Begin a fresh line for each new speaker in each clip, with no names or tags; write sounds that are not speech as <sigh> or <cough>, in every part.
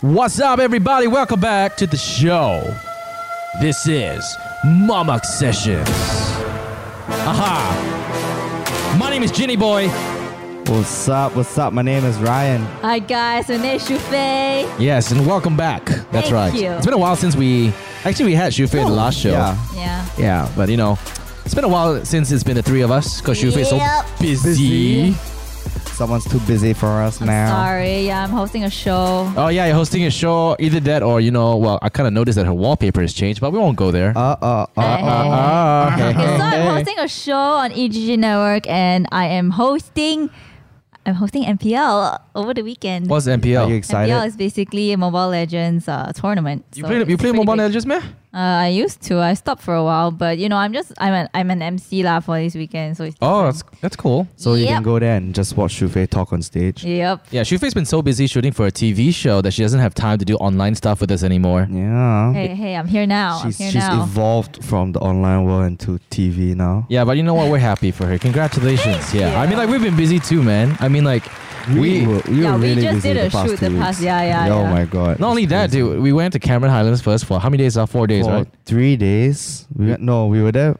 What's up, everybody? Welcome back to the show. This is Momok Sessions. Aha! My name is Ginny Boy.
What's up? What's up? My name is Ryan.
Hi guys, my name is Shufei.
Yes, and welcome back. That's
Thank
right.
you.
It's been a while since we actually we had Shufei the last show.
Yeah.
Yeah.
Yeah, but you know, it's been a while since it's been the three of us because Shufei is so
Yep.
busy.
Busy. Someone's too busy for us
I'm
now.
sorry. Yeah, I'm hosting a show.
Oh yeah, you're hosting a show. Either that or you know, well, I kind of noticed that her wallpaper has changed, but we won't go there.
Uh uh uh
Hey,
uh.
hey, hey.
Ah, okay.
Okay, <laughs> so I'm hosting a show on EGG Network, and I am hosting. I'm hosting MPL over the weekend.
What's MPL?
Are you
MPL
excited?
is basically a Mobile Legends uh, tournament.
You
so
play you
it's
play
pretty
Mobile
big.
Legends, man?
Uh, I used to. I stopped for a while, but you know, I'm just I'm an I'm an MC lah for this weekend. So it's
Oh,
different.
that's that's cool.
So you can
Yep.
go there and just watch Shufei talk on stage.
Yep.
Yeah, Shufei's been so busy shooting for a TV show that she doesn't have time to do online stuff with us anymore.
Yeah.
Hey, hey, I'm here now.
She's
I'm here
she's
now.
evolved from the online world into TV now.
Yeah, but you know what? We're happy for her. Congratulations.
Thank
yeah. I
you.
mean, like we've been busy too, man. I mean, like we.
were, we
Yeah,
were
we
really
just
busy
did
the
a
past
shoot
two
the
weeks.
past- yeah, yeah,
Oh
yeah.
my god.
Not
it's
only that,
crazy.
dude. We went to Cameron Highlands first for how many days? Uh, four days,
for
right?
three days. We went, no, we were there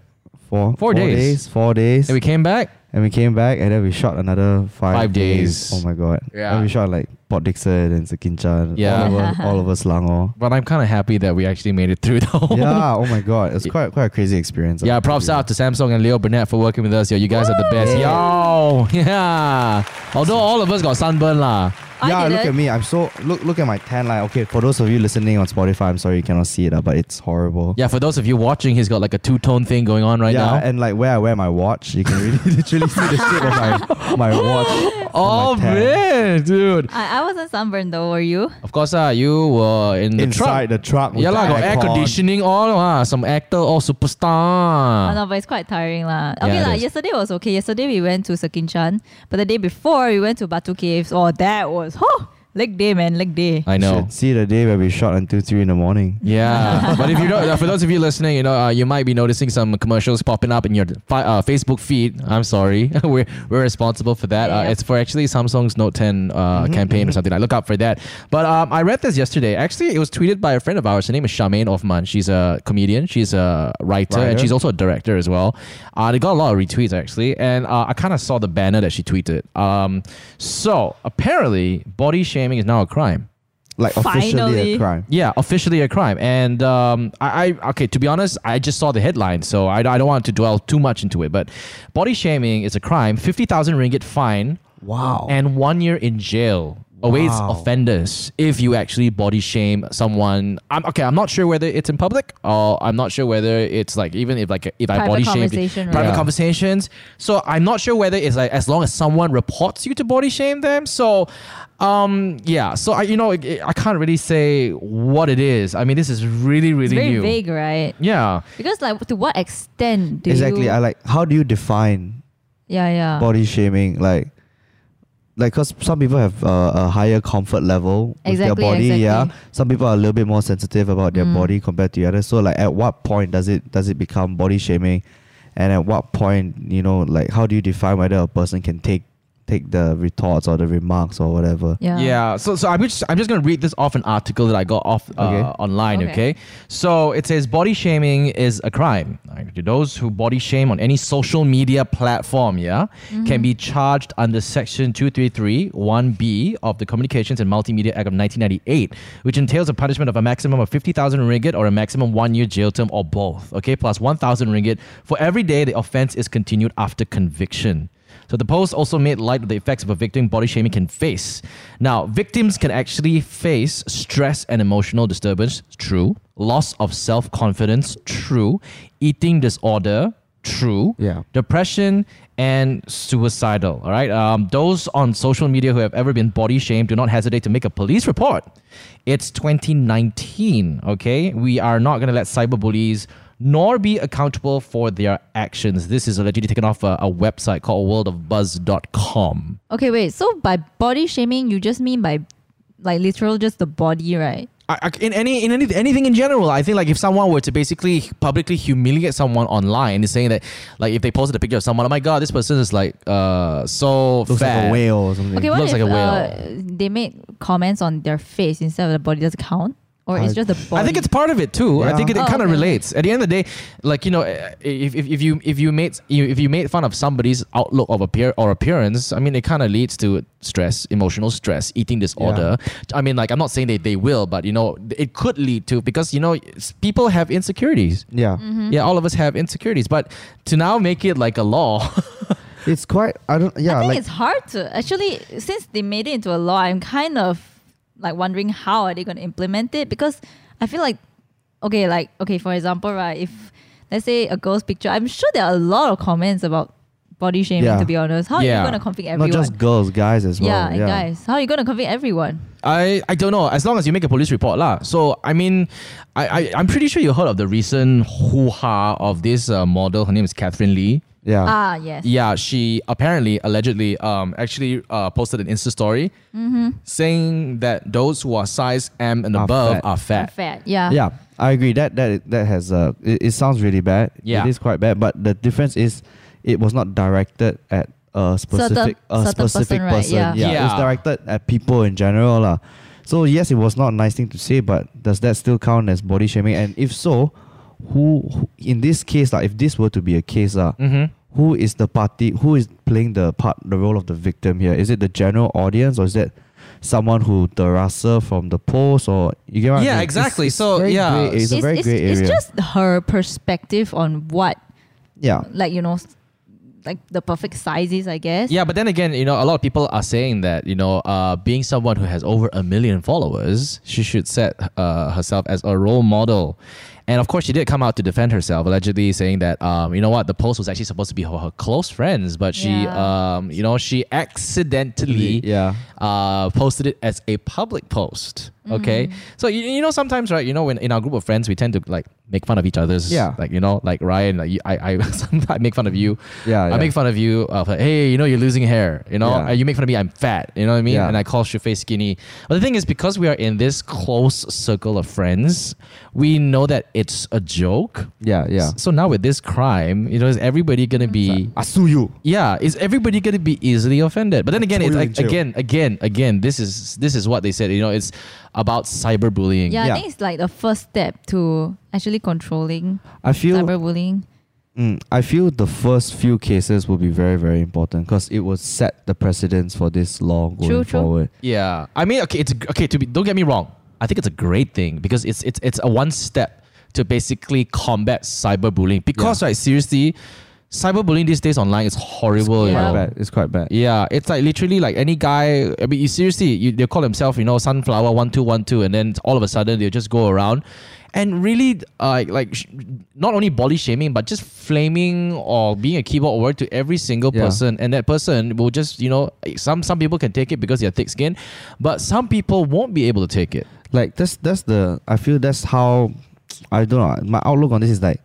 for
Four days.
Four days.
And we came back.
And we came back and then we shot another five,
Five days.
Oh my god.
Yeah.
And we shot like Port Dixon and Sekinchan.
Yeah.
All
<laughs>
over, all over
<laughs>
Selangor.
But I'm kind of happy that we actually made it through though.
yeah. Oh my god. It's quite quite a crazy
<laughs>
experience.
Yeah, props out to Samsung and Leo Burnett for working with us. Yo, you guys are the best.
Woo!
Yo, <laughs> yeah. Although all of us got sunburn lah.
I
Yeah, look
didn't.
at me. I'm so look look at my tan line. Okay, for those of you listening on Spotify, I'm sorry you cannot see it, uh, but it's horrible.
Yeah, for those of you watching, he's got like a two tone thing going on right
yeah,
now.
and like where I wear my watch, you can really <laughs> literally see the shape of my my watch.
oh
tan.
man, dude.
I, I wasn't sunburned though. Were you?
Of course, ah, you were in the
Inside
truck.
the truck. with
yeah, lah,
the
got air
aircon.
conditioning all. Ah, some actor or
Oh,
superstar.
no, but it's quite tiring lah.
Ah. Yeah,
Okay
it
lah.
is.
Yesterday was okay. Yesterday we went to Sekinchan, but the day before we went to Batu Caves. Oh, that was oh leg day, man, leg day.
I know.
Should see the day where we shot until three in the morning.
Yeah, but if you don't, for those of you listening, you know uh, you might be noticing some commercials popping up in your fi- uh, Facebook feed. I'm sorry, <laughs> we're we're responsible for that. Uh,
Yeah.
it's for actually Samsung's Note 10 uh, campaign or something. I look out for that. But um, I read this yesterday. Actually, it was tweeted by a friend of ours. Her name is Charmaine Offman. She's a comedian. She's a writer, and
Writer.
she's also a director as well. Uh, they got a lot of retweets actually, and uh, I kind of saw the banner that she tweeted. Um, so apparently, body shaming is now a crime.
Like officially
Finally.
a crime.
Yeah, officially a crime. And um, I, I, okay, to be honest, I just saw the headline, so I, I don't want to dwell too much into it. But body shaming is a crime, 50,000 ringgit fine,
Wow.
and one year in jail. Awaits
Wow.
offenders if you actually body shame someone. I'm okay. I'm not sure whether it's in public or I'm not sure whether it's like even if like if I
Private
body shamed
conversation, right?
private
Yeah.
conversations. So I'm not sure whether it's like as long as someone reports you to body shame them. So, um, yeah. So I you know it, it- I can't really say what it is. I mean this is really really
It's very
new.
vague, right?
Yeah.
Because like, to what extent do
exactly.
you? Uh.
I like how do you define
yeah, yeah.
body shaming like like because some people have uh, a higher comfort level with
Exactly,
their body yeah
exactly.
some people are a little bit more sensitive about their
Mm.
body compared to the others so like at what point does it does it become body shaming and at what point you know like how do you define whether a person can take take the retorts or the remarks or whatever
yeah.
Yeah. So, so I'm just I'm just gonna read this off an article that I got off uh,
Okay.
online. Okay.
Okay.
So it says body shaming is a crime. Like, to those who body shame on any social media platform, yeah, can be charged under Section 233 1B of the Communications and Multimedia Act of 1998, which entails a punishment of a maximum of 50,000 ringgit or a maximum one year jail term or both. Okay, plus 1,000 ringgit for every day the offense is continued after conviction. So the post also made light of the effects of a victim body shaming can face. Now, victims can actually face stress and emotional disturbance, true. Loss of self confidence, true. Eating disorder, true.
Yeah.
Depression and suicidal. All right. Um, those on social media who have ever been body shamed do not hesitate to make a police report. It's 2019. Okay. We are not going to let cyberbullies nor be accountable for their actions. This is allegedly taken off a, a website called worldofbuzz.com.
Okay, wait. So by body shaming, you just mean by like literal just the body, right?
I, I- in any in any, anything in general, I think like if someone were to basically publicly humiliate someone online, is saying that like if they posted a picture of someone, oh my god, this person is like uh so
Looks
fat.
like a whale or something.
Okay, what
Looks
if
like a
uh, they make comments on their face instead of the body? Does it count, or it's
I-
just the body?
I think it's part of it too. I
Yeah.
think it,
Oh,
kind of
okay.
relates. At the end of the day, like you know, eh, if, if, if you if you made you, if you made fun of somebody's outlook of appear or appearance, I mean, it kind of leads to stress, emotional stress, eating disorder. I mean, like I'm not saying they they will, but you know, it could lead to because you know s- people have insecurities.
Yeah.
mm-hmm.
Yeah, all of us have insecurities, but to now make it like a law, <laughs>
It's quite. I don't. Yeah.
I think
like
it's hard to actually since they made it into a law. I'm kind of like wondering how are they going to implement it because I feel like okay, like okay, for example, right? If let's say a girl's picture, I'm sure there are a lot of comments about body shaming.
Yeah.
To be honest, how
Yeah.
are you going to convict
not
everyone?
just girls, guys as well.
yeah, and guys, how are you going to convict everyone?
I I don't know. As long as you make a police report, lah. So I mean, I, I I'm pretty sure you heard of the recent hoo ha of this uh, model. Her name is Catherine Lee.
Uh, Yeah.
Ah, yes.
Yeah, she apparently, allegedly, um, actually uh, posted an Insta story saying that those who are size M and
Are
above
fat.
are
I'm
fat.
fat. Yeah.
yeah i agree that that that has uh it, it sounds really bad
Yeah.
it is quite bad but the difference is it was not directed at a specific a
certain
specific
person,
person,
right? Yeah.
Yeah.
it's directed at people in general lah. so yes it was not a nice thing to say but does that still count as body shaming and if so who, who in this case like if this were to be a case lah,
Mm-hmm.
who is the party who is playing the part the role of the victim here is it the general audience or is that someone who the rasser from the post or you get what I
Yeah,
mean?
exactly. So,
very
yeah.
grey- it's, a very great area
It's just her perspective on what,
yeah
like you know, s- like the perfect sizes, I guess.
Yeah, but then again, you know, a lot of people are saying that you know, uh, being someone who has over a million followers, she should set uh, herself as a role model. And of course, she did come out to defend herself, allegedly saying that um, you know what, the post was actually supposed to be for her close friends, but she,
Yeah.
um, you know, she accidentally
yeah
uh, posted it as a public post. Okay,
Mm-hmm.
so you, you know sometimes right, you know when in our group of friends we tend to like make fun of each other's.
Yeah.
Like you know, like Ryan, like you, I, <laughs> I, sometimes I make fun of you.
Yeah,
I
yeah.
make fun of you. Of like, hey, you know, you're losing hair. You know,
Yeah.
Uh, you make fun of me. I'm fat. You know what I mean?
Yeah.
And I call Shufe skinny. But the thing is, because we are in this close circle of friends, we know that it's a joke.
yeah yeah
So now with this crime, you know, is everybody gonna be
I sue you
yeah, is everybody going to be easily offended? But then again, it's
Totally
like,
chill.
again, again, again. This is this is what they said. You know, it's about cyberbullying.
Yeah, I
Yeah.
think it's like the first step to actually controlling
I feel
cyberbullying.
mm, I feel the first few cases will be very very important because it will set the precedence for this law going
True, true.
forward
Yeah. I mean, okay, it's okay. To be, don't get me wrong. I think it's a great thing because it's it's it's a one step to basically combat cyberbullying. Because right, seriously, cyberbullying these days online is horrible. you
Yeah.
know.
quite bad it's quite bad
Yeah, it's like literally like any guy. I mean, you seriously, you, they call themselves, you know, sunflower one two one two, and then all of a sudden they just go around, and really, uh, like, sh- not only body shaming, but just flaming or being a keyboard word to every single
Yeah.
person, and that person will just, you know, some some people can take it because they're thick skinned but some people won't be able to take it.
like that's that's the I feel that's how I don't know my outlook on this is like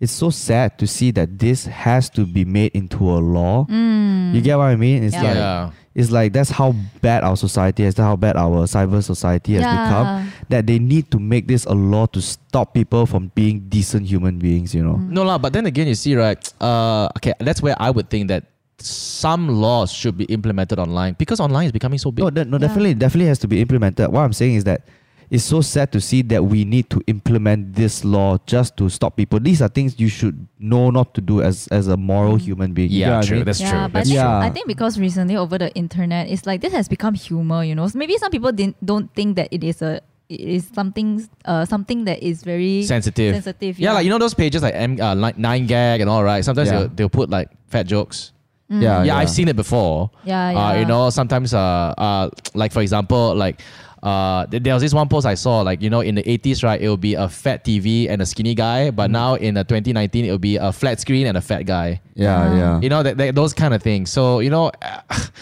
it's so sad to see that this has to be made into a law.
Mm.
You get what I mean? It's
Yeah.
like it's like that's how bad our society has, how bad our cyber society has become. That they need to make this a law to stop people from being decent human beings. You know?
Mm.
No lah, but then again, you see, right? Uh, okay, that's where I would think that some laws should be implemented online because online is becoming so big.
No, de- no,
Yeah.
definitely, definitely has to be implemented. What I'm saying is that it's so sad to see that we need to implement this law just to stop people. These are things you should know not to do as as a moral
Mm.
human being. You get
yeah,
what I
true.
mean?
That's
yeah,
true.
but
That's
I think,
true.
I think because recently over the internet, it's like this has become humor. You know, So maybe some people didn't, don't think that it is a it is something uh something that is very
sensitive.
sensitive,
Yeah.
yeah.
like you know those pages like M, uh, like nine gag and all right. Sometimes
Yeah.
they'll, they'll put like fat jokes.
yeah,
Mm.
Uh, yeah, I've seen it before.
Yeah,
Uh,
yeah.
you know, sometimes uh, uh, like for example, like. Uh, th- there was this one post I saw, like you know, in the 80s, right? It would be a fat TV and a skinny guy, but now in uh, 2019, it would be a flat screen and a fat guy.
Yeah, yeah.
You know that, that those kind of things. So you know, <sighs>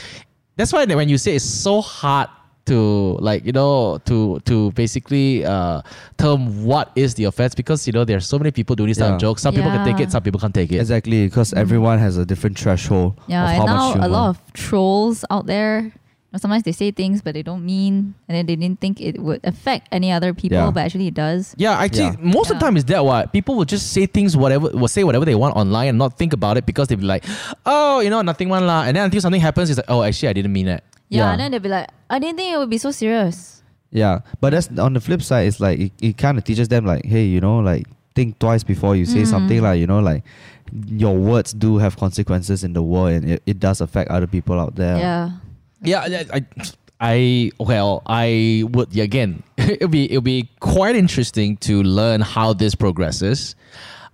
that's why that when you say it's so hard to like you know to to basically uh term what is the offense because you know there are so many people doing this type of
Yeah.
jokes. Some people can take
Yeah.
it, some people can't take it.
Exactly, because everyone has a different threshold
Mm. Yeah,
of
and
how
now
much humor.
a lot of trolls out there. you know, Or sometimes they say things but they don't mean, and then they didn't think it would affect any other people,
Yeah.
but actually it does.
Yeah, actually,
Yeah.
most of the
Yeah.
time is that what people will just say things whatever, will say whatever they want online and not think about it because they'll be like, oh, you know, nothing one lah. And then until something happens, it's like, oh, actually, I didn't mean it.
Yeah,
Yeah.
and then they'll be like, I didn't think it would be so serious.
Yeah, but that's on the flip side. It's like it, it kind of teaches them like, hey, you know, like think twice before you say
Mm.
something. Like you know, like your words do have consequences in the world, and it, it does affect other people out there.
Yeah.
Yeah, I, I, I well, I would yeah, again. <laughs> it'll be it'll be quite interesting to learn how this progresses,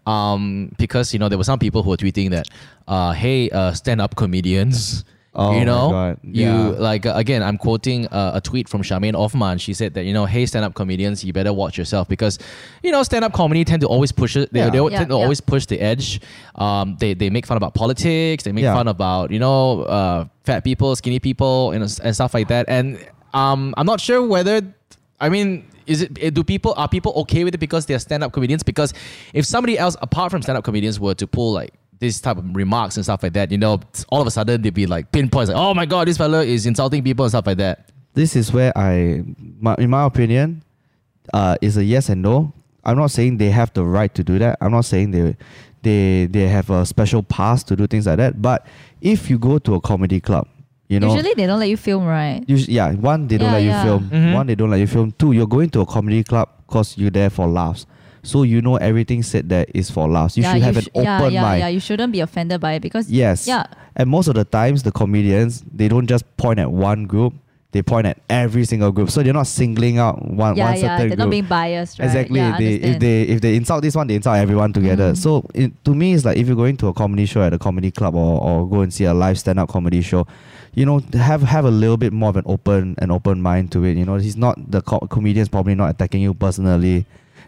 um, because you know there were some people who were tweeting that, uh, hey, uh, stand up comedians.
Oh
you
my
know,
God,
you
yeah.
like uh, again. I'm quoting uh, a tweet from Charmaine Offman. She said that you know, hey, stand-up comedians, you better watch yourself because you know, stand-up comedy tend to always push it. They,
Yeah.
they al-
Yeah,
tend to
yeah.
always push the edge. Um, they, they make fun about politics. They make
Yeah.
fun about you know uh, fat people, skinny people, and, and stuff like that. And um, I'm not sure whether I mean. Is it eh, do people are people okay with it because they're stand up comedians? Because if somebody else apart from stand up comedians were to pull like this type of remarks and stuff like that, you know, all of a sudden they'd be like pinpoints like, oh my god, this fella is insulting people and stuff like that.
This is where I, my, in my opinion, uh, is a yes and no. I'm not saying they have the right to do that. I'm not saying they, they, they have a special pass to do things like that. But if you go to a comedy club, you know,
Usually they don't let you film, right?
Usu yeah, one they don't
Yeah,
let you
yeah.
film.
Mhm.
One they don't let you film. Two, you're going to a comedy club because you're there for laughs. So you know everything said there is for laughs. You
yeah,
should have
sh-
an
yeah,
open
yeah,
mind.
Yeah, you shouldn't be offended by it because
Yes.
Yeah.
And most of the times, the comedians they don't just point at one group. They point at every single group. So they're not singling out one
yeah,
one
yeah,
certain
they're
group.
not being biased, right?
Exactly.
Yeah, I
they, if
understand.
they if they insult this one, they insult everyone together.
Mhm.
So it, to me, it's like if you're going to a comedy show at a comedy club or, or go and see a live stand up comedy show, you know, have have a little bit more of an open an open mind to it. You know, he's not the co- comedian's probably not attacking you personally,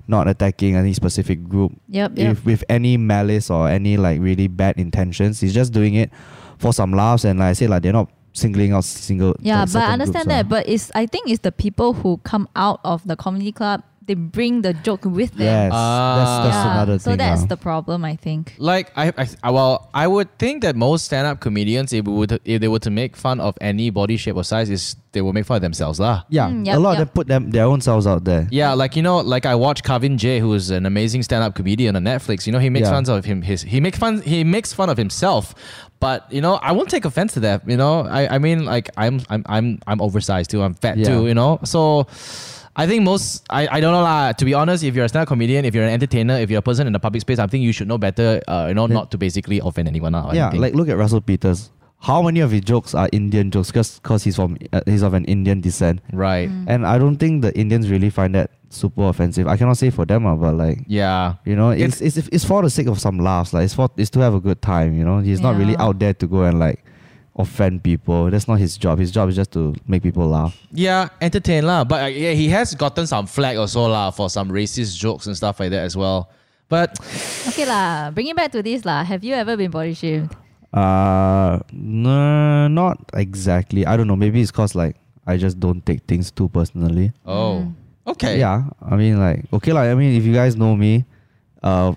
not attacking any specific group
Yep, yep.
if with any malice or any like really bad intentions. He's just doing it for some laughs and like I say, like they're not singling out single.
Yeah,
like,
but I
certain groups uh.
understand
or-
that. But it's I think it's the people who come out of the comedy club, they bring the joke with them.
yes, that's, that's
Ah.
yeah.
another
so
thing. uh.
that's
now.
the problem, I think.
Like I, I- I well, I would think that most stand up comedians, if, we would, if they were to make fun of any body shape or size, is they will make fun of themselves lah.
Yeah,
Mm,
a
yep,
lot of
yep.
them put them their own selves out there.
Yeah, like you know, like I watch Kevin J, who is an amazing stand-up comedian on Netflix. You know, he makes
Yeah.
fun of him. His he makes fun he makes fun of himself. But you know, I won't take offense to that. You know, I, I mean, like I'm I'm I'm I'm oversized too. I'm fat
Yeah.
too. You know, so I think most I, I don't know lah. To be honest, if you're a stand-up comedian, if you're an entertainer, if you're a person in the public space, I think you should know better. Uh, you know,
Yeah.
not to basically offend anyone. lah or
yeah,
anything.
like look at Russell Peters. How many of his jokes are Indian jokes? Just because he's from uh, he's of an Indian descent,
right.
Mm.
and I don't think the Indians really find that super offensive. I cannot say for them, uh, but like
Yeah.
you know,
It's-
it's, it's it's for the sake of some laughs. Like it's for it's to have a good time. You know, he's not really
Yeah.
out there to go and like offend people. That's not his job. His job is just to make people laugh.
Yeah, entertain lah. But uh, yeah, he has gotten some flack also lah for some racist jokes and stuff like that as well. But
Okay lah, bring it back to this lah. Have you ever been body shamed?
Uh, no, not exactly. I don't know. Maybe it's cause like I just don't take things too personally.
oh,
Mm.
okay.
Mm. Yeah, I mean, like, okay, like, I mean, if you guys know me, uh,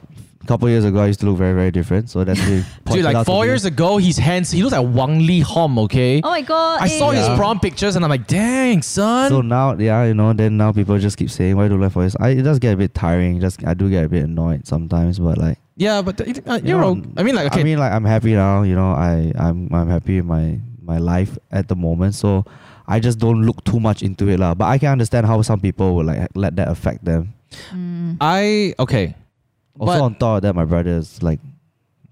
couple years ago, I used to look very, very different. So that's
<laughs>
really
Dude,
pointed out
like
to
four
me.
years ago, he's hands. He looks like Wang Lee Hom. Okay.
Oh my god.
I saw
eh.
his
Yeah.
prom pictures and I'm like, dang son.
So now, yeah, you know, then now people just keep saying, "Why do you like four years?" I it does get a bit tiring. Just I do get a bit annoyed sometimes, but like,
yeah, but th- uh, you're.
you know,
o- I mean, like, okay,
I mean, like, I'm happy now. You know, I I'm I'm happy with my my life at the moment. So. I just don't look too much into it, lah. But I can understand how some people would like let that affect them.
Mm.
I okay.
Also,
But- Oh.
on top of that, my brother is like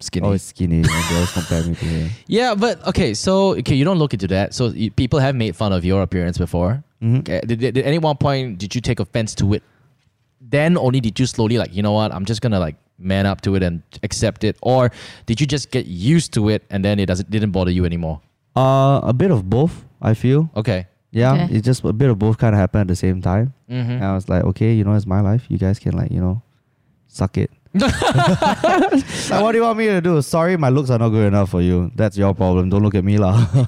Skinny.
always skinny, and they always compare me to
<laughs>
him.
yeah, but okay. So okay, you don't look into that. So you, people have made fun of your appearance before.
Mhm.
Okay. Eh, Did, did, at any one point did you take offense to it? Then only did you slowly like, you know what? I'm just gonna like man up to it and accept it, or did you just get used to it and then it doesn't didn't bother you anymore?
Uh, a bit of both. I feel.
Okay.
Yeah,
Okay.
it just a bit of both kind of happened at the same time. And
Mm-hmm.
I was like, okay, you know, it's my life. You guys can like, you know, suck
<laughs>
it. like, what do you want me to do? Sorry, my looks are not good enough for you. That's your problem. Don't look at me, lah. <laughs>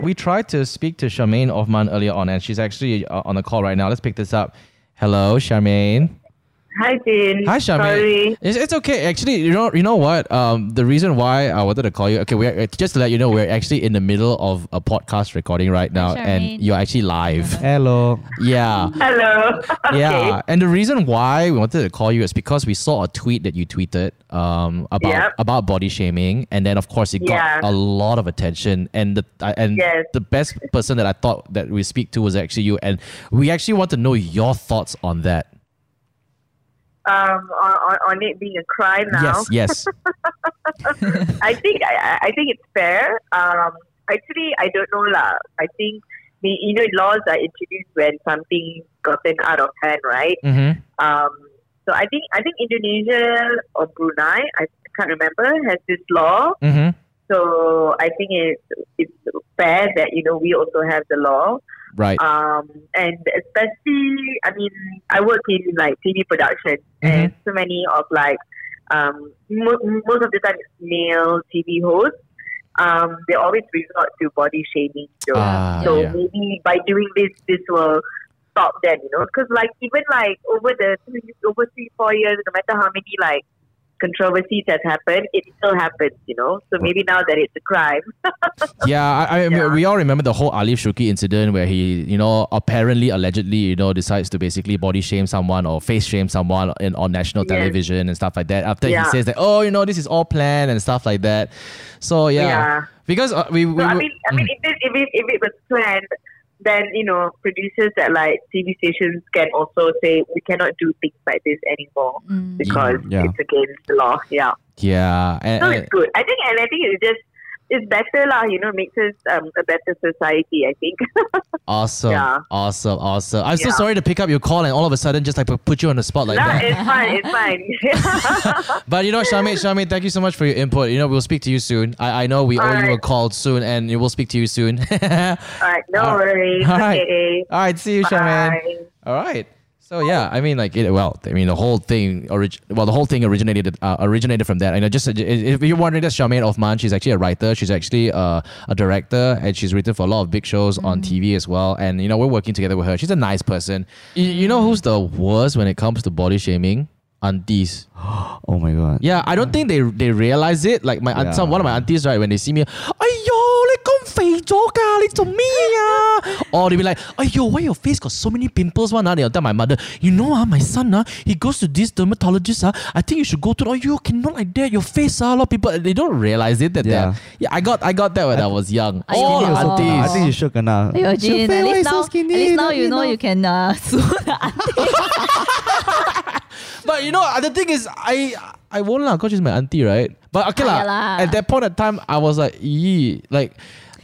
We tried to speak to Charmaine Offman earlier on, and she's actually uh, on the call right now. Let's pick this up. Hello, Charmaine.
Hi, Jin.
Hi, Shami.
Sorry.
It's, it's okay. Actually, you know, you know what? Um, the reason why I wanted to call you, okay, we're uh, just to let you know, we're actually in the middle of a podcast recording right now,
Charmaine.
and you're actually live. <laughs>
Hello.
yeah,
Hello. <laughs>
yeah. And the reason why we wanted to call you is because we saw a tweet that you tweeted um, about
Yep.
about body shaming, and then of course it got
Yeah.
a lot of attention. And the I and
Yes.
the best person that I thought that we speak to was actually you, and we actually want to know your thoughts on that.
Um, on, on, on it being a crime now.
Yes, yes.
I think I, I- I think it's fair. Um, actually, I don't know lah. I think the you know laws are introduced when something gotten out of hand, right?
hmm
Um, so I think I think Indonesia or Brunei, I can't remember, has this law.
hmm
So I think it's it's fair that you know we also have the law.
Right.
Um, and especially, I mean, I work in like TV production,
Mm-hmm.
and so many of like um, mo- most of the time it's male TV hosts. Um, they always resort to body shaming jokes.
Ah,
so
yeah.
maybe by doing this, this will stop them, you know? Because like even like over the three- over three four years, no matter how many like controversies have happened, it still happens, you know. So maybe now that it's a crime,
Yeah, I, I mean,
Yeah.
we all remember the whole Ali Shuki incident where he, you know, apparently, allegedly, you know, decides to basically body shame someone or face shame someone in, on national
Yes.
television and stuff like that. After
Yeah.
he says that, oh, you know, this is all planned and stuff like that. So yeah,
Yeah.
because uh, we, we
So I
were-
mean, I mean, if it, if it if it was planned, then you know producers at like TV stations can also say we cannot do things like this anymore
Mm.
because
Yeah.
it's against the law. Yeah,
yeah, and,
so
and-
it's good. I think, and I think it's just it's better lah. You know, makes us um, a better society. I think. <laughs>
awesome,
Yeah.
awesome, awesome. I'm so
Yeah.
sorry to pick up your call and all of a sudden just like pu- put you on the spot like
no,
that.
it's fine. It's fine. <laughs>
<laughs> But you know, Shamit, Shamit, thank you so much for your input. You know, we'll speak to you soon. I, I know we owe you a
Alright.
call soon, and we'll speak to you soon. <laughs>
All right, no
All right.
worries.
All right.
Okay.
All right, see you, Shaman.
Bye.
All right. So yeah, I mean, like, it, well, I mean, the whole thing, orig- well, the whole thing originated uh, originated from that. And I just, if you're wondering, that's Charmaine Offman. She's actually a writer. She's actually uh, a director, and she's written for a lot of big shows on TV as well. And you know, we're working together with her. She's a nice person. You, you know who's the worst when it comes to body shaming? Aunties.
Oh my god.
Yeah, I don't think they they realize it. Like my aunt,
Yeah.
some one of my aunties, right, when they see me, "哎呦，你咁肥咗㗎，你做咩啊？" Or they be like, "哎呦, why your face got so many pimples one?" Ah, They'll tell my mother, "You know, ah, my son, ah, he goes to this dermatologist, ah, I think you should go to. Oh, you cannot like that. Your face, ah, a lot of people they don't realize it that
Yeah.
yeah. yeah, I got I got that when I, was young.
I
All
think also-
aunties.
I think you shook enough.
Hey, Eugene, at least now, at least now you know you can uh, <laughs> sue the auntie.
But you know, uh, the thing is, I I won't lah, cause she's my auntie, right? But okay
Ah,
lah.
yeah lah.
At that point of time, I was like, yee, like.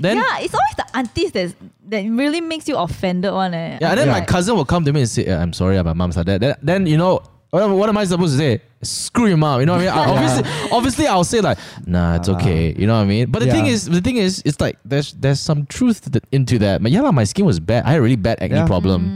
Then
yeah, it's always the aunties that's, that really makes you offended one. Eh.
Yeah, and then
Yeah.
my cousin will come to me and say, "Eh, "I'm sorry, uh, my mom's like that." Then, then you know, what, am- what am I supposed to say? Screw your mom, you know what I mean?
<laughs>
I- obviously, obviously, I'll say like, "Nah, it's okay," you know what I mean? But the thing
Uh-huh. Yeah.
is, the thing is, it's like there's there's some truth to th- into that. But yeah, lah, my skin was bad. I had a really bad acne
Yeah.
problem.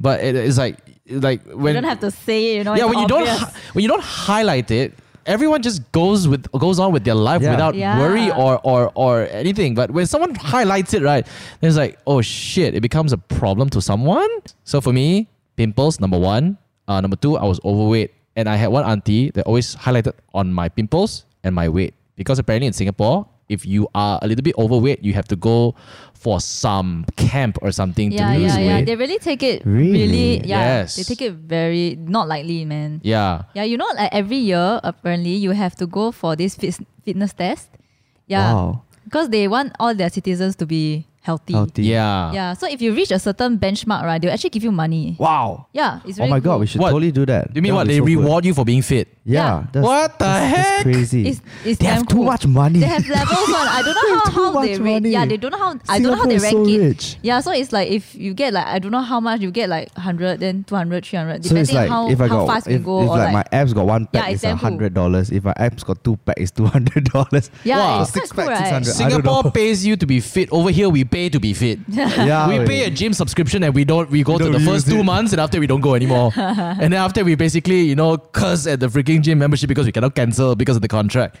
But it, it's like like
Mm. You
when
don't have to say it, you know.
yeah
it's
when you don't
obvious.
hi- when you don't highlight it. Everyone just goes with goes on with their life
Yeah.
without
Yeah.
worry or, or or anything. But when someone highlights it, right, then it's like, oh shit, it becomes a problem to someone. So for me, pimples number one. Uh, number two, I was overweight, and I had one auntie that always highlighted on my pimples and my weight because apparently in Singapore, if you are a little bit overweight, you have to go for some camp or something
yeah,
to lose
yeah, yeah.
weight.
They really take it
Really?
really, yeah.
Yes.
They take it very not lightly, man.
yeah.
Yeah, you know, like every year apparently you have to go for this fit- fitness test. Yeah,
Wow.
because they want all their citizens to be healthy.
Healthy.
Yeah.
Yeah, so if you reach a certain benchmark, right, they'll actually give you money.
Wow.
Yeah, it's
Oh
really
my god,
cool.
we should
What?
totally do that.
You mean
That
what?
would be
They
so good.
reward you for being fit.
Yeah.
Yeah.
That's,
What the
that's,
heck?
That's crazy.
It's, it's
they have
damn
too
cool.
much money.
They
<laughs>
have levels one. I don't know
Too
how, how they
much
rate. Yeah,
money.
they don't know how. I don't know how
Singapore
they
is so
rank it.
rich.
Yeah, so it's like if you get like I don't know how much you get like hundred, then 200, 300,
so
depending
it's like
on how,
if I
how
got
fast
if,
you go
if
or
like, my abs got one pack,
Yeah,
it's
it's damn cool.
hundred dollars. If my abs got two pack, it's two hundred dollars.
<laughs> yeah,
Wow.
it's
Six
quite cool,
pack,
right?
600. I don't know.
Singapore pays you to be fit. Over here, we pay to be fit.
yeah,
we
wait.
pay a gym subscription and we don't. We go
don't
to the first
use
two
it.
months and after we don't go anymore. and then after we basically you know curse at the freaking gym membership because we cannot cancel because of the contract.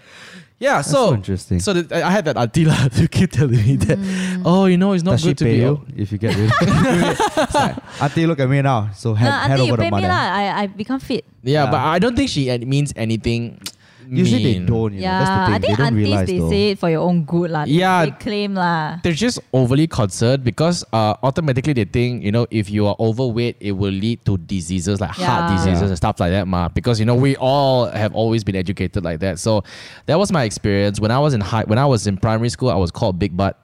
Yeah, so,
so interesting.
So that, I I had that <laughs> auntie lah to keep telling me that, oh, you know, it's not
Does she
good to
pay
be.
you if you get rid of
<laughs>
It's like, Auntie, look at me now. So head,
Nah,
head
auntie, you
over
pay
the
me
mother.
lah. I, I become fit.
Yeah,
Yeah.
but I don't think she ad- means anything.
Usually
mean.
they don't. You know, that's the
yeah,
thing.
I think
they don't
aunties
realize
they
though.
say it for your own good lah. They-
Yeah.
they claim lah.
They're just overly concerned because uh, automatically they think you know if you are overweight, it will lead to diseases like heart
Yeah.
diseases and
Yeah.
stuff like that, ma. Because you know we all have always been educated like that. So that was my experience when I was in high when I was in primary school. I was called big butt.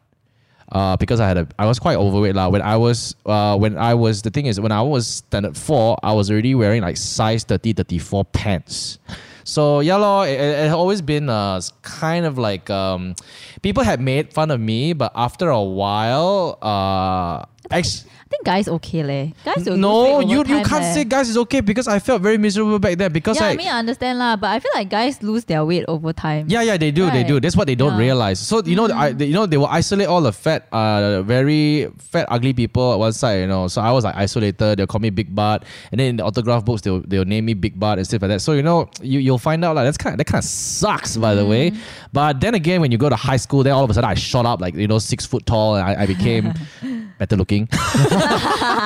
uh, because I had a I was quite overweight lah. When I was uh, when I was the thing is when I was standard four, I was already wearing like size 30, 34 pants. So yeah, lor, it, it had always been uh, s- kind of like um, people had made fun of me, but after a while,
<laughs>
uh, ex-
I think guys okay leh. Guys will
no,
lose weight
you
over
you
time
can't
leh.
say guys is okay because I felt very miserable back then because
Yeah,
I
I mean I understand lah, but I feel like guys lose their weight over time.
Yeah, yeah, they do, they
Right.
do. That's what they don't
Yeah.
realize.
Mm-hmm.
So you know, I, they- you know, they will isolate all the fat, uh, very fat, ugly people at one side. You know, so I was like isolated. They'll call me Big Butt, and then in the autograph books, they'll they'll name me Big Butt and stuff like that. So you know, you you'll find out like that's kind that kind of sucks, by the way.
Mm-hmm.
But then again, when you go to high school, then all of a sudden I shot up like you know six foot tall, and I, I
<laughs>
became better looking.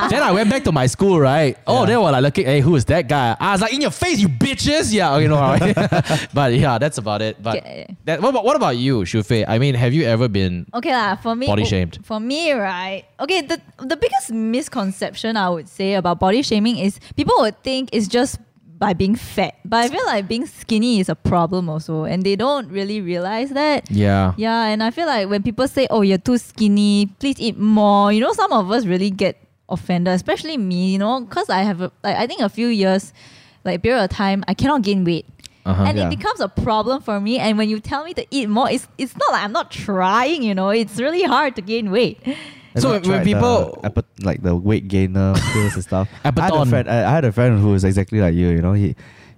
then I went back to my school, right? Oh, they were like looking, hey, who is that guy? I was like, in your face, you bitches. Yeah, you know. alright. <laughs> but yeah, that's about it. But
Okay.
that, what, about- what about you, Shufei? I mean, have you ever been?
Okay lah, for me
Body
oh,
shamed.
For me, right? Okay, the the biggest misconception I would say about body shaming is people would think it's just by being fat. But I feel like being skinny is a problem also and they don't really realize that.
Yeah.
Yeah, and I feel like when people say, "Oh, you're too skinny, please eat more," you know, some of us really get offended, especially me, you know, because I have a, like I think a few years, like period of time, I cannot gain weight.
Uh-huh.
and
Yeah.
it becomes a problem for me. And when you tell me to eat more, it's it's not like I'm not trying, you know. It's really hard to gain weight.
Have
So
you
when- when
tried the
people-
appa- like the weight
<coughs>
gainer pills and stuff. I had a
Appeton.
friend. I, I had a friend who was exactly like you. You know, he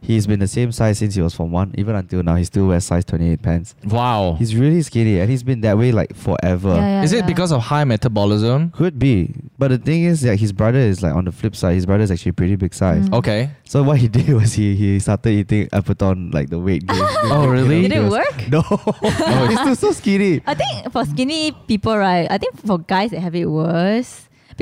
he's been the same size since he was from one, even until now. He still wears size twenty eight pants.
Wow.
He's really skinny, and he's been that way like forever.
is it because of high metabolism?
Could be, but the thing is that his brother is like on the flip side. His brother is actually pretty big size.
Mm.
Okay.
So what he did <laughs> was he he started eating Apaton like the weight
<laughs>
gain.
Oh, really?
Did it
pills.
work?
No,
<laughs>
<laughs> he's still so skinny.
I think for skinny people, right? I think for guys they have it worse.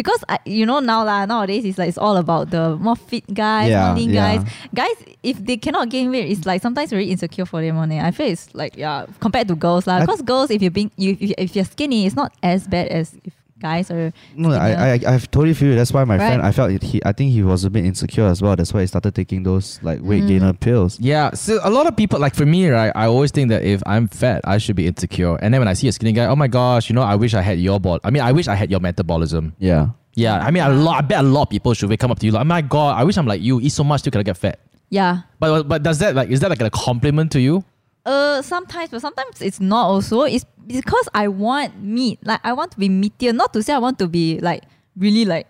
Because I, you know now lah nowadays it's like it's all about the more fit guys,
Yeah,
more lean
yeah.
guys. Guys, if they cannot gain weight, it's like sometimes very insecure for them. On it, I feel it's like yeah, compared to girls lah.
I-
Because girls, if you're being you if, if you're skinny, it's not as bad as if guys are.
No,
skinnier.
I, I I totally feel you. That's why my friend.
Right.
I felt it, he. I think he was a bit insecure as well. That's why he started taking those like weight
Mm.
gainer pills.
Yeah, so a lot of people like for me, right? I always think that if I'm fat, I should be insecure. And then when I see a skinny guy, oh my gosh, you know, I wish I had your bod. I mean, I wish I had your metabolism.
Yeah.
Yeah, I mean, a lot. I bet a lot of people should come up to you like, oh my god, I wish I'm like you. Eat so much, still cannot get fat.
yeah.
But but does that like is that like a compliment to you?
Uh, sometimes, but sometimes it's not. Also, it's because I want meat. Like I want to be meatier. Not to say I want to be like really like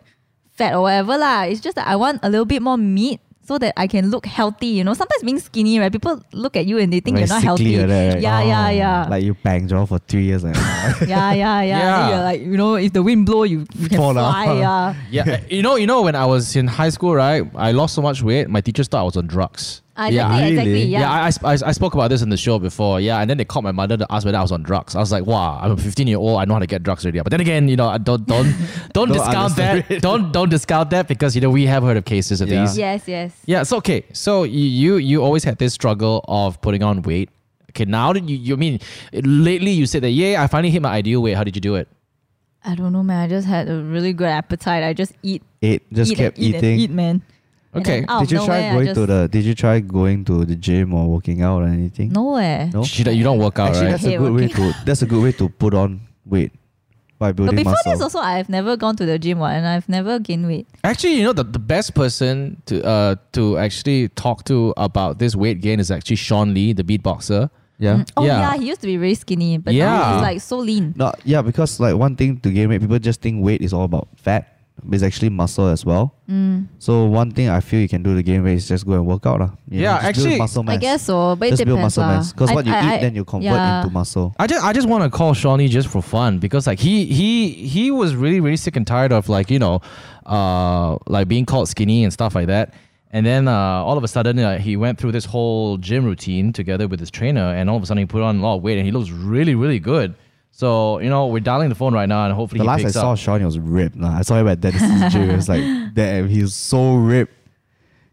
fat or whatever lah. It's just that I want a little bit more meat so that I can look healthy. You know, sometimes being skinny, right? People look at you and they think
Very
you're not
sickly
healthy.
like that, right? Oh,
Yeah, yeah, yeah,
Like you banged off for three years. Like, <laughs>
<laughs> yeah, yeah, yeah,
Yeah.
Then You're like you know, if the wind blow, you, you can
Fall
fly.
down. <laughs>
Yeah,
Yeah, <laughs> you know, you know, when I was in high school, right? I lost so much weight. My teachers thought I was on drugs.
Ah,
yeah,
exactly,
I-
exactly.
really?
yeah.
Yeah,
I, I, sp- I, I spoke about this in the show before. Yeah, and then they called my mother to ask whether I was on drugs. I was like, wow, I'm a 15 year old. I know how to get drugs already. But then again, you know, I don't don't
<laughs>
don't,
Don't
discount
understand
that. Don't don't discount that because you know we have heard of cases of
Yeah.
these.
yes, yes.
Yeah, so okay. So you you, you always had this struggle of putting on weight. Okay, now that you you I mean lately you said that yeah, I finally hit my ideal weight. How did you do it?
I don't know, man. I just had a really good appetite. I just eat,
Ate, just
eat,
kept
and eat,
eating.
and eat, man. And
Okay.
then out of
did you try
nowhere, I
going
just-
to the? Did you try going to the gym or working out or anything?
No eh.
No?
Shit, you don't work out,
Actually,
right?
that's
Hate
a good way
working
to. That's a good way to put on weight by
But
building
before
muscle.
this also, I've never gone to the gym what, and I've never gained weight.
Actually, you know the, the best person to uh to actually talk to about this weight gain is actually Sean Lee, the beatboxer.
yeah.
Oh
Yeah.
yeah, he used to be very skinny, but now
Yeah.
he's like so lean.
No, yeah, because like one thing to gain weight, people just think weight is all about fat, but it's actually muscle as well.
Mm.
So one thing I feel you can do to gain weight is just go and work out, lah. You
Yeah,
know, just build
actually-
muscle mass.
I guess so, but
just
it
build
depends
muscle
lah.
mass because
I-
what you
I-
eat, then you convert
yeah.
into muscle.
I just I just want to call Shawnee just for fun because like he he he was really really sick and tired of like you know, uh like being called skinny and stuff like that. And then uh, all of a sudden, uh, he went through this whole gym routine together with his trainer, and all of a sudden, he put on a lot of weight, and he looks really, really good. So you know, we're dialing the phone right now, and hopefully,
The
he
last I
picks
saw
up.
Sean, he was ripped. Nah, I saw him at Dennis's gym. It was
<laughs>
like, damn, he was so ripped.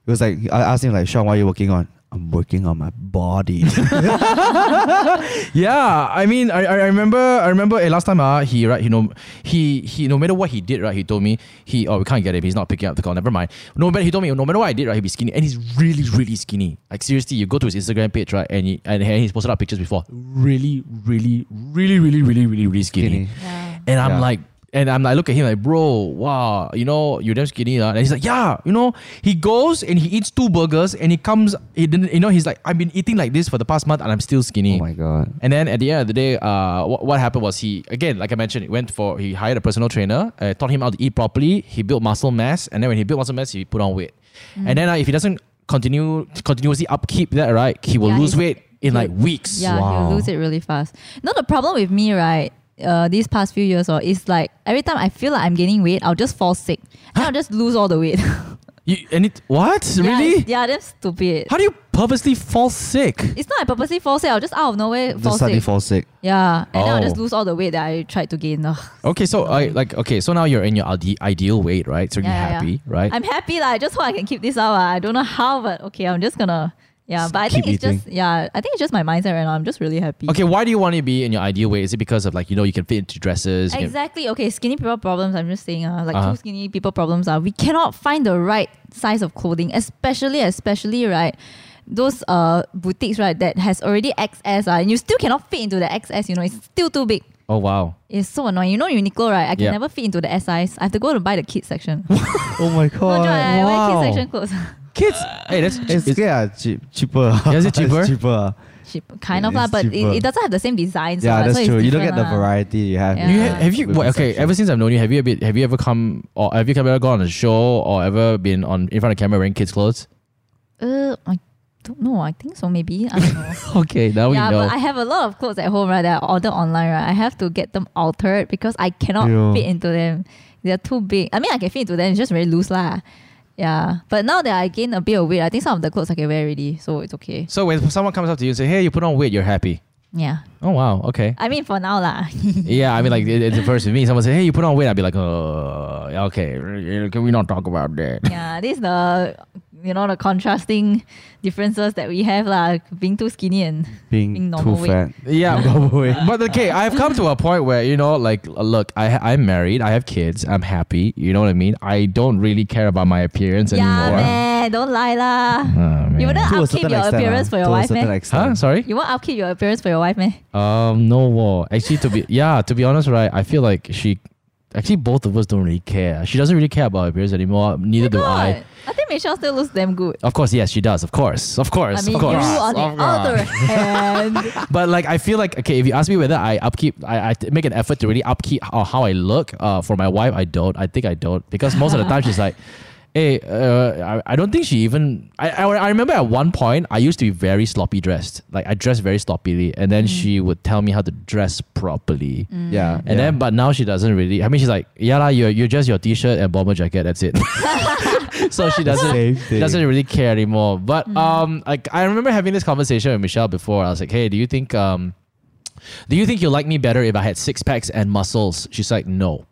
It was like, I asked him, like, Sean, what are you working on? I'm working on my
<laughs>
body.
Yeah, I mean, I, I I remember I remember eh, last time uh, he right you know he he no matter what he did right he told me he oh we can't get him he's not picking up the call never mind no matter he told me no matter what I did right he'd be skinny and he's really really skinny like seriously you go to his Instagram page right and he, and he- he's posted up pictures before really really really really really really really skinny,
Skinny.
Yeah.
and I'm
Yeah.
like. And I'm like, look at him like, bro, wow, you know, you're damn skinny. lah." And he's like, yeah, you know, he goes and he eats two burgers and he comes, he didn't, you know, he's like, I've been eating like this for the past month and I'm still skinny.
oh my God.
And then at the end of the day, uh, what, what happened was he again, like I mentioned, he went for he hired a personal trainer, uh, taught him how to eat properly. He built muscle mass, and then when he built muscle mass, he put on weight.
Mm.
And then uh, if he doesn't continue continuously upkeep that, right, he will
Yeah,
lose
he's-
weight in like weeks.
Yeah,
Wow.
you lose it really fast. No, the problem with me, right? Uh, these past few years, or is like every time I feel like I'm gaining weight, I'll just fall sick. And I'll just lose all the
<laughs>
weight.
You, and it what
yeah,
really?
it's- Yeah, that's stupid.
How do you purposely fall sick?
It's not I purposely fall sick. I'll just out of nowhere fall
Just suddenly
sick.
fall sick.
Yeah, and then I'll just
Oh.
lose all the weight that I tried to gain. Ugh.
Okay, so I like okay, so now you're in your ide- ideal weight, right? So you're
Yeah, yeah,
happy,
yeah.
right?
I'm happy lah. I just hope I can keep this up. ah. I don't know how, but okay, I'm just gonna. Yeah, but I think
keep
it's just yeah. I think it's just my mindset right now. I'm just really happy.
okay, why do you want to be in your ideal weight? Is it because of like you know you can fit into dresses? you can-
Exactly. Okay, skinny people problems. I'm just saying, uh, like
Uh-huh.
two skinny people problems are we cannot find the right size of clothing, especially, especially right, those uh boutiques right that has already XS uh, and you still cannot fit into the XS. You know, it's still too big.
oh wow.
It's so annoying. You know, Uniqlo right? I can
Yep.
never fit into the S size. I have to go to buy the kids section. <laughs>
Oh my
No
God.
joke, I
wow.
wear kids section clothes. <laughs>
Kids, hey, that's
It's,
it's-
yeah, cheap, cheaper.
Yeah, is it cheaper?
<laughs> it's cheaper.
Cheap, kind of
It's
lah, but it,
cheaper.
it doesn't have the same design. so-
Yeah,
so
that's
it's
true. You don't get
different
the
lah.
variety you have.
Yeah.
You ha- have you
with
well, okay?
perception.
Ever since I've known you, have you a bit, have you ever come or have you ever gone on a show or ever been on in front of camera wearing kids' clothes?
Uh, I don't know. I think so. Maybe
<laughs>
I don't know.
<laughs> Okay,
Oh,
now
yeah,
we know.
but I have a lot of clothes at home, right? That I order online, right? I have to get them altered because I cannot
Yeah.
fit into them. They're too big. I mean, I can fit into them. It's just very loose, lah. Yeah. But now that I gain a bit of weight, I think some of the clothes I can wear already, so it's okay.
so when someone comes up to you and say, "Hey, you put on weight, you're happy."
Yeah.
Oh wow,
<laughs>
okay.
I mean, for now, lah.
Yeah, I mean, like it, it's the first with me. Someone say, "Hey, you put on weight," I'd be like, "Uh, okay, r- can we not talk about that?"
yeah. This is the you know the contrasting differences that we have, lah. Being too skinny and
being,
being
too
normal weight.
fat.
<laughs> Yeah, but okay, I've come to a point where you know, like, look, I I'm married, I have kids, I'm happy. You know what I mean? I don't really care about my appearance
yeah,
anymore.
man. Don't lie, lah.
Oh, man.
You wouldn't
Ah, To a
upkeep
certain
your
extent,
appearance
ah.
for your
To a
wife, eh?
certain
man.
extent.
Huh? Sorry.
You won't upkeep your appearance for your wife, man.
Um, no war. Actually, to be yeah, to be honest, right? I feel like she, actually, both of us don't really care. She doesn't really care about her appearance anymore. Neither do I.
God, I think Michelle still looks damn good.
Of course, yes, she does. Of course, of course,
I mean,
of course.
you on the
<laughs>
other hand.
But like, I feel like okay. If you ask me whether I upkeep, I, I t- make an effort to really upkeep how, how I look. Uh, for my wife, I don't. I think I don't because most of the time she's
<laughs>
like. Hey, uh, I, I don't think she even. I, I I remember at one point I used to be very sloppy dressed. Like I dressed very sloppily, and then
Mm.
she would tell me how to dress properly.
Yeah.
And then, but now she doesn't really. I mean, she's like, yeah, lah, you're, you're just your t-shirt and bomber jacket. That's it. <laughs> so she doesn't
Same thing.
doesn't really care anymore. But um, like I remember having this conversation with Michelle before. I was like, hey, do you think um, do you think you'll like me better if I had six packs and muscles? She's like, no.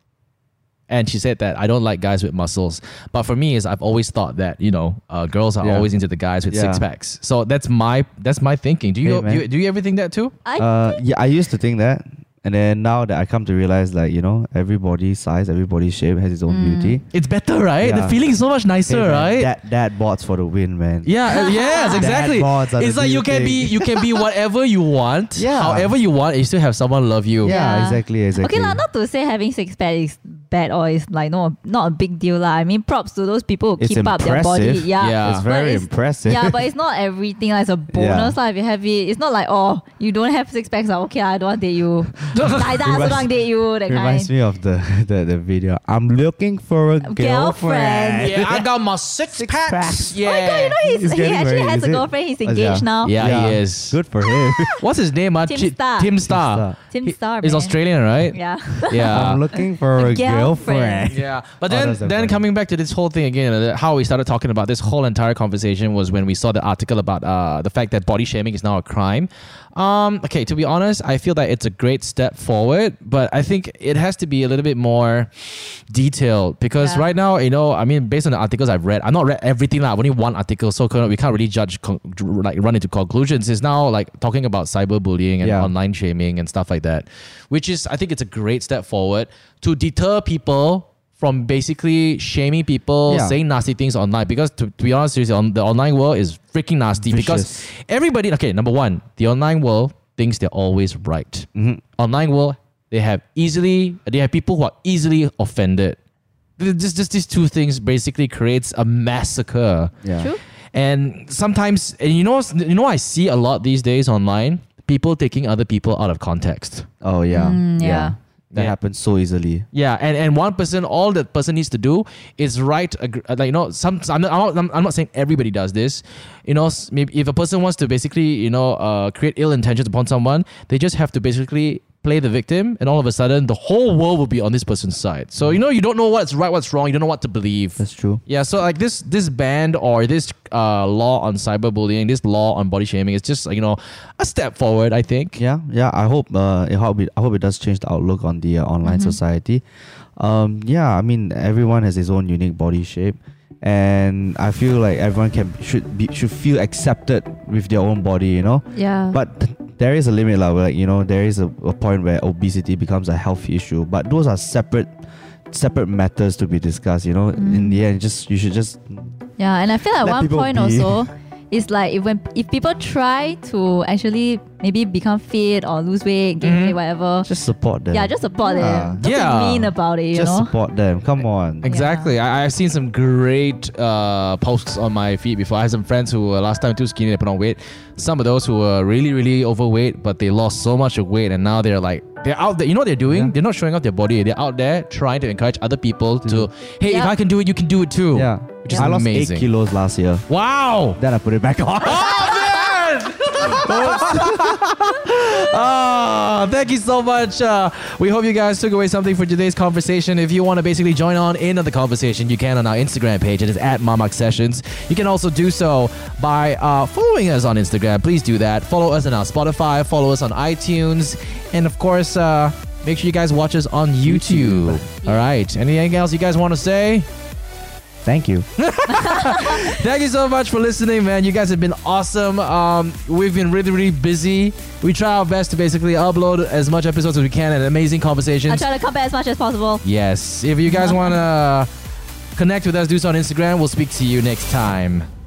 And she said that I don't like guys with muscles, but for me is I've always thought that you know uh, girls are
Yeah.
always into the guys with
Yeah.
six packs. So that's my that's my thinking. Do you,
Hey, man.
you do you ever think that too?
I
uh, yeah, I used to think that, and then now that I come to realize, like you know, every body size, every body shape has its own
Mm.
beauty.
It's better, right? The
Yeah.
feeling is so much nicer,
Hey, man,
right?
That that bots for the win, man.
Yeah, uh, yes, exactly.
boards are the
It's like you
new
can be
thing.
you can be whatever you want,
Yeah.
however you want, and you still have someone love you.
Yeah. exactly, exactly.
Okay, lah. not to say having six pack is bad or is like no not a big deal, lah. I mean props to those people who
It's
keep up their body.
impressive.
Yeah.
Yeah.
It's
But
very
it's-
impressive.
Yeah, but it's not everything. lah. it's a bonus lah. if you have it. It's not like oh you don't have six packs, lah. okay, lah, I don't want to date
<laughs>
you. I don't
Reminds-
want to date you. That
reminds
kind.
me of the, <laughs> the the video. I'm looking for a girlfriend.
Girlfriend.
Yeah, <laughs>
<laughs>
I got my six, packs.
packs.
Yeah.
Oh my god, you know he's,
He's
he
getting
actually
married,
has
is
a
it?
girlfriend. He's
Oh, yeah.
engaged now.
Yeah, he is.
Good for him. <laughs>
What's his name? ah?
Tim
Chi-
Starr.
Tim Starr.
Tim
He-
Starr,
He's
man.
Australian, right?
Yeah.
Yeah.
<laughs> I'm looking for a,
girlfriend. girlfriend.
<laughs> Yeah, but
Oh,
then
that's so
then
funny.
coming back to this whole thing again, uh, how we started talking about this whole entire conversation was when we saw the article about uh, the fact that body shaming is now a crime. Um, okay, to be honest, I feel that it's a great step forward, but I think it has to be a little bit more detailed because
Yeah.
right now, you know, I mean, based on the articles I've read, I've not read everything lah. I've only one article, so cannot- we can't really judge con- like run into conclusions. It's now like talking about cyberbullying and
Yeah.
online online shaming and stuff like that, which is I think it's a great step forward to deter people from basically shaming people,
Yeah.
saying nasty things online. Because to, to be honest, seriously, on the online world is freaking nasty because
Vicious.
everybody. Okay, number one, the online world thinks they're always right.
Mm-hmm.
Online world, they have easily they have people who are easily offended. Th- Just, just these two things basically creates a massacre.
Yeah.
True.
And sometimes, and you know, you know, I see a lot these days online people taking other people out of context.
Oh yeah.
Mm,
yeah.
yeah.
That
Yeah.
happens so easily.
Yeah, and, and one person, all that person needs to do is write, a, gr- like, you know, some, I'm, not, I'm, I'm not saying everybody does this. You know, s- maybe if a person wants to basically, you know, uh, create ill intentions upon someone, they just have to basically play the victim, and all of a sudden, the whole world will be on this person's side. So, you know, you don't know what's right, what's wrong, you don't know what to believe.
That's true.
Yeah, so like this this ban or this uh, law on cyberbullying, this law on body shaming, it's just like you know a step forward, I think.
Yeah, yeah. I hope uh, I hope it, I hope it does change the outlook on the uh, online
Mm-hmm.
society. Um, yeah, I mean everyone has his own unique body shape, and I feel like everyone can should be should feel accepted with their own body. You know,
Yeah.
but th- there is a limit lah. where, Like you know, there is a, a point where obesity becomes a health issue. But those are separate separate matters to be discussed. You know,
Mm.
in the end, just you should just
Yeah, and I feel like
Let
one
people
point
be.
also is like if when if people try to actually maybe become fit or lose weight, gain
Mhm.
weight, whatever.
just support them.
yeah, just support
Mm-hmm. Yeah.
them. Don't
Yeah.
be mean about it, you
Just
know.
support them. Come on.
Exactly. I, I've seen some great uh, posts on my feed before. I had some friends who were last time too skinny, they put on weight. Some of those who were really, really overweight, but they lost so much of weight, and now they're like, they're out there. You know what they're doing?
Yeah.
They're not showing off their body. They're out there trying to encourage other people to, hey, if
Yeah.
I can do it, you can do it too.
Yeah.
Which is
I lost
amazing.
eight kilos last year.
Wow.
Then I put it back
<laughs>
on.
Ah, thank you so much. Uh, we hope you guys took away something for today's conversation. If you want to basically join on in on the conversation, you can on our Instagram page. It is at Mamak Sessions. You can also do so by uh, following us on Instagram. Please do that. Follow us on our Spotify. Follow us on iTunes, and of course, uh, make sure you guys watch us on YouTube. All right. Anything else you guys want to say?
Thank you.
Thank you so much for listening, man. You guys have been awesome. Um, we've been really, really busy. We try our best to basically upload as much episodes as we can and amazing
I
conversations.
try to come back as much as possible.
Yes. If you guys want to connect with us, do so on Instagram. We'll speak to you next time.